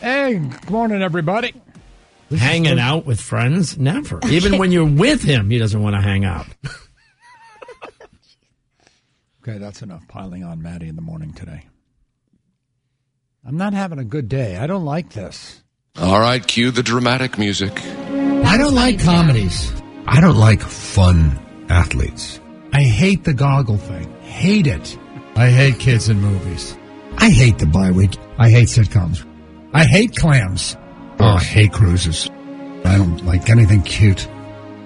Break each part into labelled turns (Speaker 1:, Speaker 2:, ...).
Speaker 1: Hey, good morning, everybody.
Speaker 2: Hanging out with friends? Never. Even when you're with him, he doesn't want to hang out.
Speaker 1: Okay, that's enough piling on Maddie in the morning today. I'm not having a good day. I don't like this.
Speaker 3: All right, cue the dramatic music.
Speaker 4: I don't like comedies. I don't like fun athletes. I hate the goggle thing. Hate it. I hate kids in movies. I hate the bye week. I hate sitcoms. I hate clams. Oh, I hate cruises. I don't like anything cute.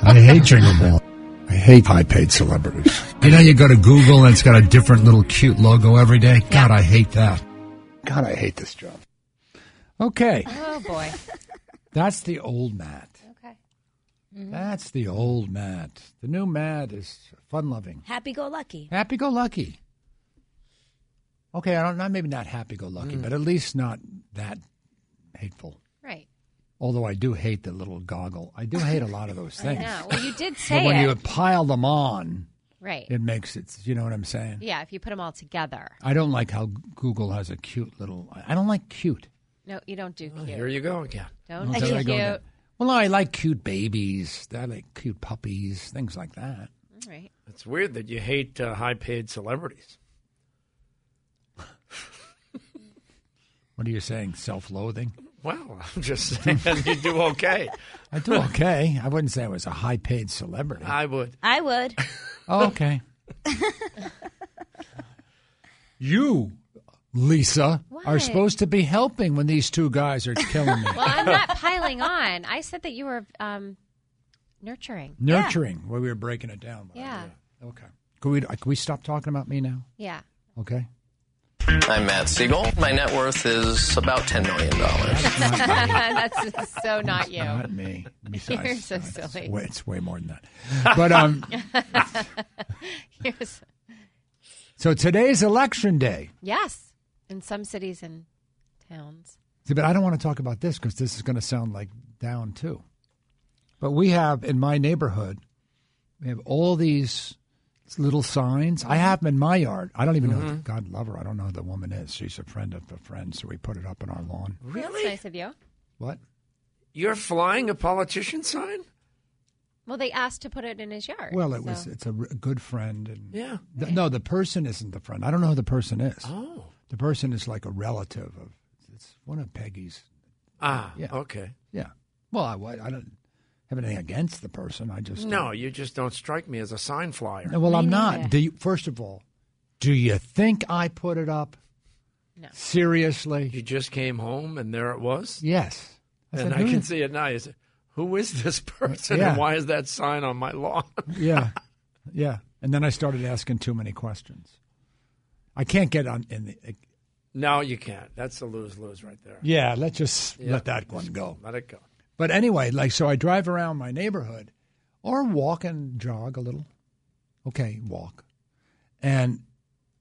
Speaker 4: I hate Jingle Ball. I hate high paid celebrities. You know, you go to Google and it's got a different little cute logo every day. God, I hate that. God, I hate this job.
Speaker 1: Okay,
Speaker 5: Oh boy.
Speaker 1: that's the old Matt. Mm-hmm.
Speaker 5: Okay.
Speaker 1: That's the old Matt. The new Matt is fun loving,
Speaker 5: Happy go lucky.
Speaker 1: happy go lucky. Okay, I don't not maybe not happy go lucky, but at least not that hateful.
Speaker 5: Right.
Speaker 1: Although I do hate the little goggle. I do hate a lot of those things.
Speaker 5: No. Well, you did say
Speaker 1: But when
Speaker 5: it.
Speaker 1: you pile them on,
Speaker 5: right.
Speaker 1: it makes it. You know what I'm saying?
Speaker 5: yeah. If you put them all together.
Speaker 1: I don't like how Google has a cute little. I don't like cute.
Speaker 5: No, you don't do cute.
Speaker 2: Here you go again.
Speaker 5: don't
Speaker 1: Oh,
Speaker 5: do
Speaker 1: there I
Speaker 5: cute.
Speaker 1: Oh, go again. Well, I like cute babies. I like cute puppies, things like that.
Speaker 5: All right.
Speaker 2: It's weird that you hate uh, high paid celebrities.
Speaker 1: What are you saying? Self-loathing?
Speaker 2: Well, I'm just saying you do okay.
Speaker 1: I do okay. I wouldn't say I was a high-paid celebrity.
Speaker 2: I would.
Speaker 5: I would.
Speaker 1: Oh, okay. you, Lisa, are
Speaker 5: What?
Speaker 1: supposed to be helping when these two guys are killing me.
Speaker 5: Well, I'm not piling on. I said that you were um, nurturing.
Speaker 1: Nurturing, where we were breaking it down.
Speaker 5: Yeah.
Speaker 1: Okay. Can we, can we stop talking about me now?
Speaker 5: Yeah.
Speaker 1: Okay.
Speaker 6: I'm Matt Siegel. My net worth is about $10 million.
Speaker 5: That's so not you.
Speaker 1: Not me. Besides,
Speaker 5: You're so
Speaker 1: no, it's
Speaker 5: silly.
Speaker 1: way- it's way more than that. But um,
Speaker 5: Here's-
Speaker 1: so today's election day.
Speaker 5: yes. In some cities and towns.
Speaker 1: See, but I don't want to talk about this because this is going to sound like down too. But we have in my neighborhood, we have all these little signs. I have them in my yard. I don't even know.
Speaker 2: Mm-hmm.
Speaker 1: God love her. I don't know who the woman is. She's a friend of a friend, so we put it up on our lawn.
Speaker 5: That's nice of you.
Speaker 1: What?
Speaker 2: You're flying a politician sign?
Speaker 5: Well, they asked to put it in his yard.
Speaker 1: Well, it was.
Speaker 5: so-
Speaker 1: It's a r- good friend, and
Speaker 2: Yeah.
Speaker 1: Th- no, the person isn't the friend. I don't know who the person is.
Speaker 2: Oh.
Speaker 1: The person is like a relative of. It's one of Peggy's.
Speaker 2: Ah,
Speaker 1: Yeah.
Speaker 2: okay.
Speaker 1: Yeah. Well, I, wa- I don't have anything against the person. I just
Speaker 2: No, you just don't strike me as a sign flyer.
Speaker 1: No, well, I'm
Speaker 5: Me
Speaker 1: not.
Speaker 5: neither.
Speaker 1: Do you, first of all, do you think I put it up?
Speaker 5: No.
Speaker 1: Seriously?
Speaker 2: You just came home and there it was.
Speaker 1: Yes. I
Speaker 2: and
Speaker 1: said,
Speaker 2: I
Speaker 1: "Who
Speaker 2: can
Speaker 1: is-"
Speaker 2: see it now. You say, who is this person
Speaker 1: Yeah.
Speaker 2: and why is that sign on my lawn?
Speaker 1: Yeah. Yeah. And then I started asking too many questions. I can't get on in the.
Speaker 2: no, you can't. That's a lose lose right there.
Speaker 1: Yeah, let's just
Speaker 2: Yeah.
Speaker 1: let that one go.
Speaker 2: Oh, Let it go.
Speaker 1: But anyway, like so I drive around my neighborhood or walk and jog a little. Okay, walk. And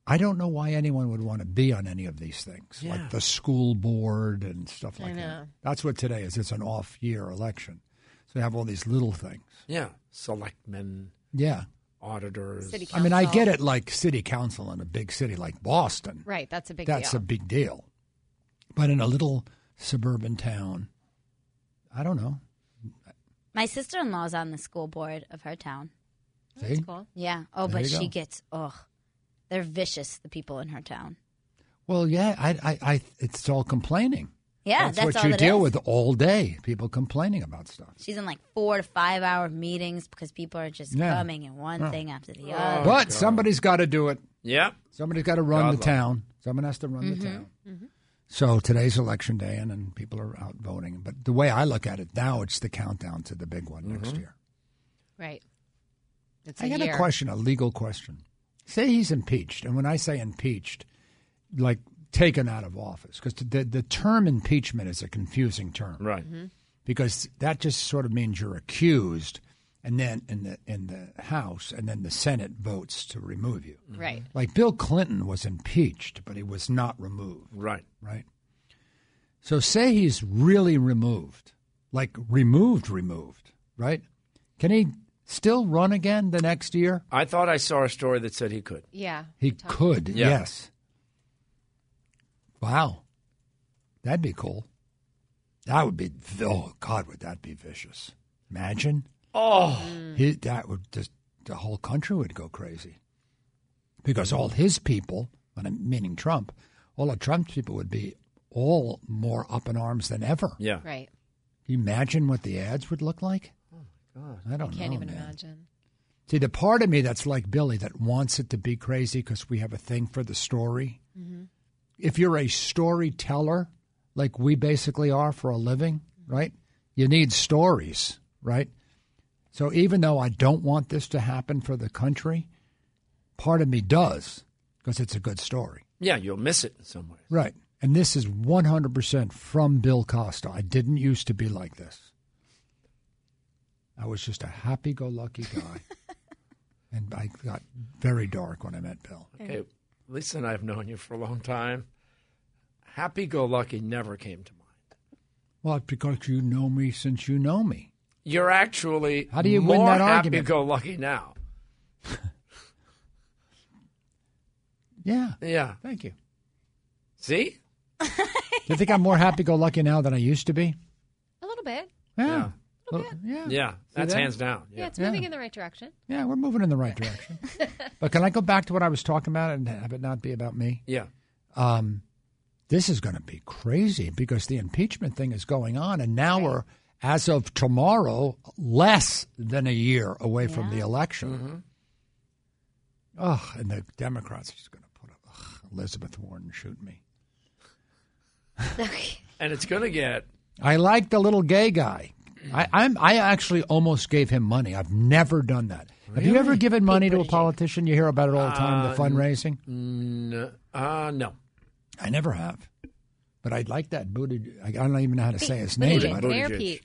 Speaker 1: I don't know why anyone would want to be on any of these things,
Speaker 2: Yeah.
Speaker 1: like the school board and stuff like that.
Speaker 5: know.
Speaker 1: That's what today is. It's an off year election. So you have all these little things.
Speaker 2: Yeah. Selectmen,
Speaker 1: Yeah.
Speaker 2: auditors.
Speaker 5: City
Speaker 1: I mean, I
Speaker 5: council.
Speaker 1: get it like city council in a big city like Boston.
Speaker 5: Right. That's a big
Speaker 1: That's
Speaker 5: deal.
Speaker 1: a big deal. But in a little suburban town, I don't know.
Speaker 7: My sister in law's on the school board of her town.
Speaker 1: See?
Speaker 5: That's cool.
Speaker 7: Yeah. Oh,
Speaker 1: There
Speaker 7: but
Speaker 1: you go.
Speaker 7: she gets ugh. They're vicious. The people in her town.
Speaker 1: Well, yeah, I, I, I, it's all complaining.
Speaker 7: Yeah, that's,
Speaker 1: what
Speaker 7: all
Speaker 1: you
Speaker 7: it
Speaker 1: deal
Speaker 7: is.
Speaker 1: with all day. People complaining about stuff.
Speaker 7: She's in like four to five hour meetings because people are just
Speaker 1: Yeah.
Speaker 7: coming and one
Speaker 1: Oh.
Speaker 7: thing after the
Speaker 2: Oh.
Speaker 7: other.
Speaker 1: but
Speaker 2: God.
Speaker 1: somebody's got to do it.
Speaker 2: Yeah.
Speaker 1: Somebody's got to run
Speaker 2: God
Speaker 1: the
Speaker 2: love
Speaker 1: town. Someone has to run
Speaker 7: Mm-hmm.
Speaker 1: the town. So today's election day, and, and people are out voting. But the way I look at it now, it's the countdown to the big one
Speaker 2: Mm-hmm.
Speaker 1: next year.
Speaker 5: Right. It's
Speaker 1: I
Speaker 5: a
Speaker 1: got
Speaker 5: year.
Speaker 1: a question, a legal question. Say he's impeached, and when I say impeached, like taken out of office, because the the term impeachment is a confusing term.
Speaker 2: Right.
Speaker 5: Mm-hmm.
Speaker 1: because that just sort of means you're accused, and then in the in the House and then the Senate votes to remove you.
Speaker 5: Right.
Speaker 1: Like Bill Clinton was impeached, but he was not removed,
Speaker 2: Right.
Speaker 1: right? So say he's really removed, like removed, removed, right? Can he still run again the next year?
Speaker 2: I thought I saw a story that said he could.
Speaker 5: Yeah.
Speaker 1: He
Speaker 5: Talk-
Speaker 1: could,
Speaker 2: Yeah.
Speaker 1: yes. Wow, that'd be cool. That would be oh God, would that be vicious? Imagine. Oh, he, that would just the whole country would go crazy because all his people, and I'm meaning Trump, all of Trump's people would be all more up in arms than ever.
Speaker 2: Yeah.
Speaker 5: Right.
Speaker 1: Can you imagine what the ads would look like? Oh my God, I don't
Speaker 5: Can't
Speaker 1: know,
Speaker 5: even
Speaker 1: Oh, man.
Speaker 5: imagine.
Speaker 1: See, the part of me that's like Billy that wants it to be crazy because we have a thing for the story. If you're a storyteller, like we basically are for a living, right? You need stories, right? So even though I don't want this to happen for the country, part of me does because it's a good story.
Speaker 2: Yeah, you'll miss it in some ways.
Speaker 1: Right. And this is 100% from Bill Costa. I didn't used to be like this. I was just a happy go lucky guy. and I got very dark when I met Bill.
Speaker 2: Okay, Lisa and I have known you for a long time. Happy go lucky never came to mind.
Speaker 1: Well, it's because you know me since you know me.
Speaker 2: You're actually
Speaker 1: How do you
Speaker 2: more
Speaker 1: win that
Speaker 2: happy
Speaker 1: argument?
Speaker 2: go lucky now.
Speaker 1: Yeah.
Speaker 2: Yeah.
Speaker 1: Thank you.
Speaker 2: See?
Speaker 1: Do you think I'm more happy go lucky now than I used to be?
Speaker 5: A little bit.
Speaker 1: Yeah. Well, yeah.
Speaker 2: Yeah, that's
Speaker 1: that?
Speaker 2: hands down.
Speaker 5: Yeah,
Speaker 2: Yeah.
Speaker 5: it's moving in the right direction.
Speaker 1: Yeah, we're moving in the right direction. but can I go back to what I was talking about and have it not be about me?
Speaker 2: Yeah.
Speaker 1: um, this is going to be crazy because the impeachment thing is going on, and now we're, as of tomorrow, less than a year away from the election. Oh, and the Democrats are just going to put up ugh, Elizabeth Warren shoot me.
Speaker 2: And it's going to get
Speaker 1: I like the little gay guy. I, I'm I actually almost gave him money. I've never done that. Have you ever given money to a politician? You hear about it all the time, the fundraising.
Speaker 2: n- uh no.
Speaker 1: I never have. But I like that booted. I I don't even know how to say his name.
Speaker 7: Buttigieg.
Speaker 1: but-
Speaker 5: Mayor
Speaker 2: Buttigieg.
Speaker 5: Pete.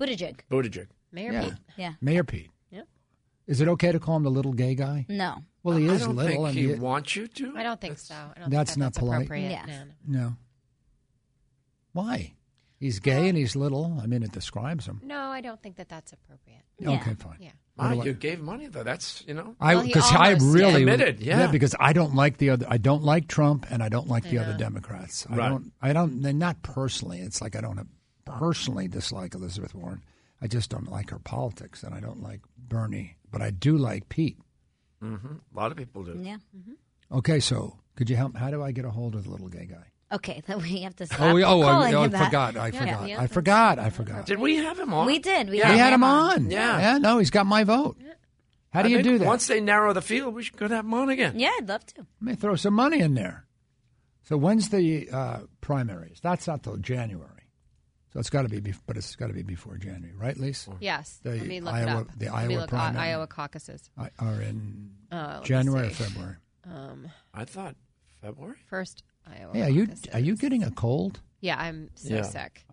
Speaker 7: Buttigieg.
Speaker 2: Buttigieg.
Speaker 5: Mayor
Speaker 1: Yeah.
Speaker 5: Pete.
Speaker 7: Yeah.
Speaker 1: Mayor Pete.
Speaker 5: Yep.
Speaker 1: Is it okay to call him the little gay guy?
Speaker 7: No.
Speaker 1: Well, he is
Speaker 2: I don't
Speaker 1: little,
Speaker 2: think
Speaker 1: and
Speaker 2: he
Speaker 1: he-
Speaker 2: wants you to.
Speaker 5: I don't think so. I don't
Speaker 1: That's
Speaker 5: think that
Speaker 1: not
Speaker 5: that's
Speaker 1: polite.
Speaker 5: appropriate.
Speaker 7: Yeah.
Speaker 5: No, no.
Speaker 1: no. Why? He's gay and he's little. I mean, it describes him.
Speaker 5: No, I don't think that that's appropriate.
Speaker 7: Yeah.
Speaker 1: Okay, fine.
Speaker 5: Yeah.
Speaker 2: My,
Speaker 1: What do I-
Speaker 2: you gave money though. That's you know.
Speaker 1: I
Speaker 5: Well, he
Speaker 1: because I
Speaker 5: almost
Speaker 1: really
Speaker 2: admitted, yeah.
Speaker 1: because I don't like the other I don't like Trump and I don't like the other
Speaker 5: Yeah.
Speaker 1: Democrats. I
Speaker 2: Right.
Speaker 1: don't I don't and not personally. It's like I don't personally dislike Elizabeth Warren. I just don't like her politics and I don't like Bernie, but I do like Pete.
Speaker 2: Mm-hmm. A lot of people do.
Speaker 7: Yeah.
Speaker 1: Okay, so could you help how do I get a hold of the little gay guy?
Speaker 7: Okay, that we have to stop
Speaker 1: Oh, we, oh, I,
Speaker 7: calling
Speaker 1: oh, I
Speaker 7: him that.
Speaker 1: forgot. I forgot.
Speaker 5: yeah,
Speaker 1: I forgot. I forgot.
Speaker 2: Did we have him on?
Speaker 7: We did. We,
Speaker 1: We
Speaker 7: had,
Speaker 1: had him on.
Speaker 2: Yeah.
Speaker 1: No, he's got my vote. How do
Speaker 2: I
Speaker 1: you
Speaker 2: think
Speaker 1: do that?
Speaker 2: Once they narrow the field, we should go to have him on again.
Speaker 7: Yeah, I'd love to.
Speaker 1: Let me throw some money in there. So when's the uh, primaries? That's not till January. So it's got to be, bef- but it's got to be before January, right, Lise?
Speaker 5: Yes.
Speaker 1: The
Speaker 5: Let me look
Speaker 1: Iowa-
Speaker 5: it up.
Speaker 1: the
Speaker 5: Let me
Speaker 1: Iowa
Speaker 5: look
Speaker 1: primary.
Speaker 5: Iowa caucuses.
Speaker 1: I, are in
Speaker 5: Uh, let me
Speaker 1: January or
Speaker 5: see.
Speaker 1: February.
Speaker 5: Um,
Speaker 2: I thought February.
Speaker 5: first Iowa.
Speaker 1: Hey, are you
Speaker 5: caucuses.
Speaker 1: are you getting a cold?
Speaker 5: Yeah, I'm so
Speaker 2: Yeah.
Speaker 5: sick.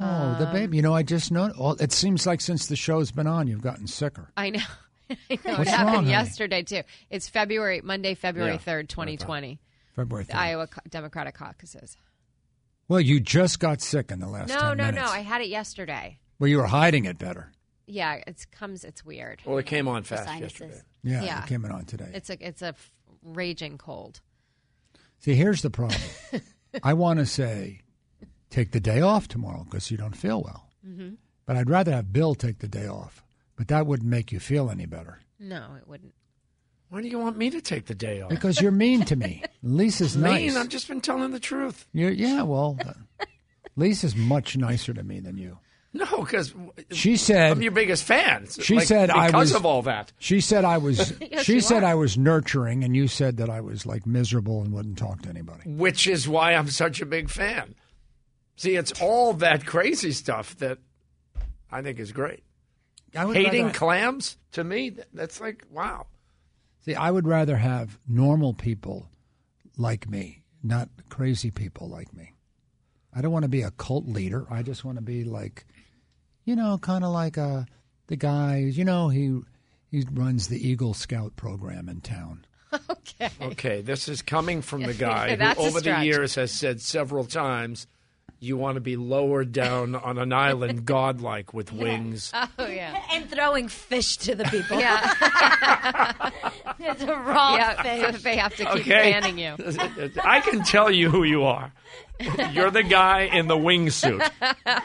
Speaker 1: Oh, the
Speaker 5: Um,
Speaker 1: baby. You know, I just know. All, it seems like since the show's been on, you've gotten sicker.
Speaker 5: I know. I know.
Speaker 1: What's
Speaker 5: it happened
Speaker 1: wrong, honey?
Speaker 5: yesterday too. It's February, Monday, February
Speaker 2: Yeah,
Speaker 5: third, twenty twenty.
Speaker 1: February. 3rd.
Speaker 5: The Iowa co- Democratic caucuses.
Speaker 1: Well, you just got sick in the last.
Speaker 5: No,
Speaker 1: 10
Speaker 5: no,
Speaker 1: minutes.
Speaker 5: no. I had it yesterday.
Speaker 1: Well, you were hiding it better.
Speaker 5: Yeah, it's comes. It's weird.
Speaker 2: Well, it came on fast
Speaker 7: sinuses.
Speaker 2: yesterday.
Speaker 1: Yeah,
Speaker 5: Yeah.
Speaker 1: it came in on today.
Speaker 5: It's a it's a f- raging cold.
Speaker 1: See, here's the problem. I want to say, take the day off tomorrow because you don't feel well.
Speaker 5: Mm-hmm.
Speaker 1: But I'd rather have Bill take the day off. But that wouldn't make you feel any better
Speaker 5: No, it wouldn't.
Speaker 2: Why do you want me to take the day off?
Speaker 1: because you're mean to me. Lisa's nice.
Speaker 2: Mean, I've just been telling the truth.
Speaker 1: You're, yeah, well, uh, Lisa's much nicer to me than you.
Speaker 2: No, because
Speaker 1: She said.
Speaker 2: I'm your biggest fan. It's
Speaker 1: She
Speaker 2: like,
Speaker 1: said I
Speaker 2: because
Speaker 1: was-
Speaker 2: of all that.
Speaker 1: She said I was.
Speaker 5: Yes,
Speaker 1: she
Speaker 5: you
Speaker 1: said
Speaker 5: are.
Speaker 1: I was nurturing, and you said that I was like miserable and wouldn't talk to anybody.
Speaker 2: which is why I'm such a big fan. See, it's all that crazy stuff that I think is great.
Speaker 1: I would
Speaker 2: Hating
Speaker 1: rather-
Speaker 2: clams to me, th- that's like wow.
Speaker 1: See, I would rather have normal people like me, not crazy people like me. I don't want to be a cult leader. I just want to be like, you know, kind of like uh, the guy. You know, he he runs the Eagle Scout program in town.
Speaker 5: Okay.
Speaker 2: Okay, this is coming from the guy who
Speaker 5: That's a
Speaker 2: over the
Speaker 5: stretch.
Speaker 2: years has said several times, you want to be lowered down on an island godlike with wings.
Speaker 5: Oh yeah.
Speaker 7: And throwing fish to the people.
Speaker 5: Yeah.
Speaker 7: It's a raw
Speaker 5: yeah.
Speaker 7: fish.
Speaker 5: They have to keep
Speaker 2: Okay.
Speaker 5: banning you.
Speaker 2: I can tell you who you are. You're the guy in the wingsuit.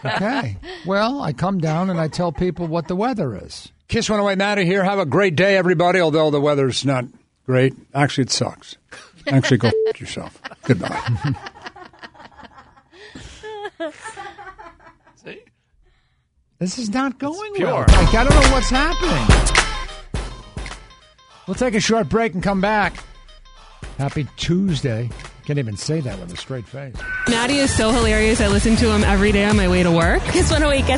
Speaker 1: Okay. well, I come down and I tell people what the weather is.
Speaker 4: Kiss One Away Matter here. Have a great day, everybody. Although the weather's not
Speaker 1: Great. Actually, it sucks. Actually, go f- yourself. Goodbye.
Speaker 2: See?
Speaker 1: This is not going
Speaker 2: pure.
Speaker 1: well. Like, I don't know what's happening. We'll take a short break and come back. Happy Tuesday. Can't even say that with a straight face.
Speaker 8: Maddie is so hilarious. I listen to him every day on my way to work.
Speaker 7: Kiss 108 gets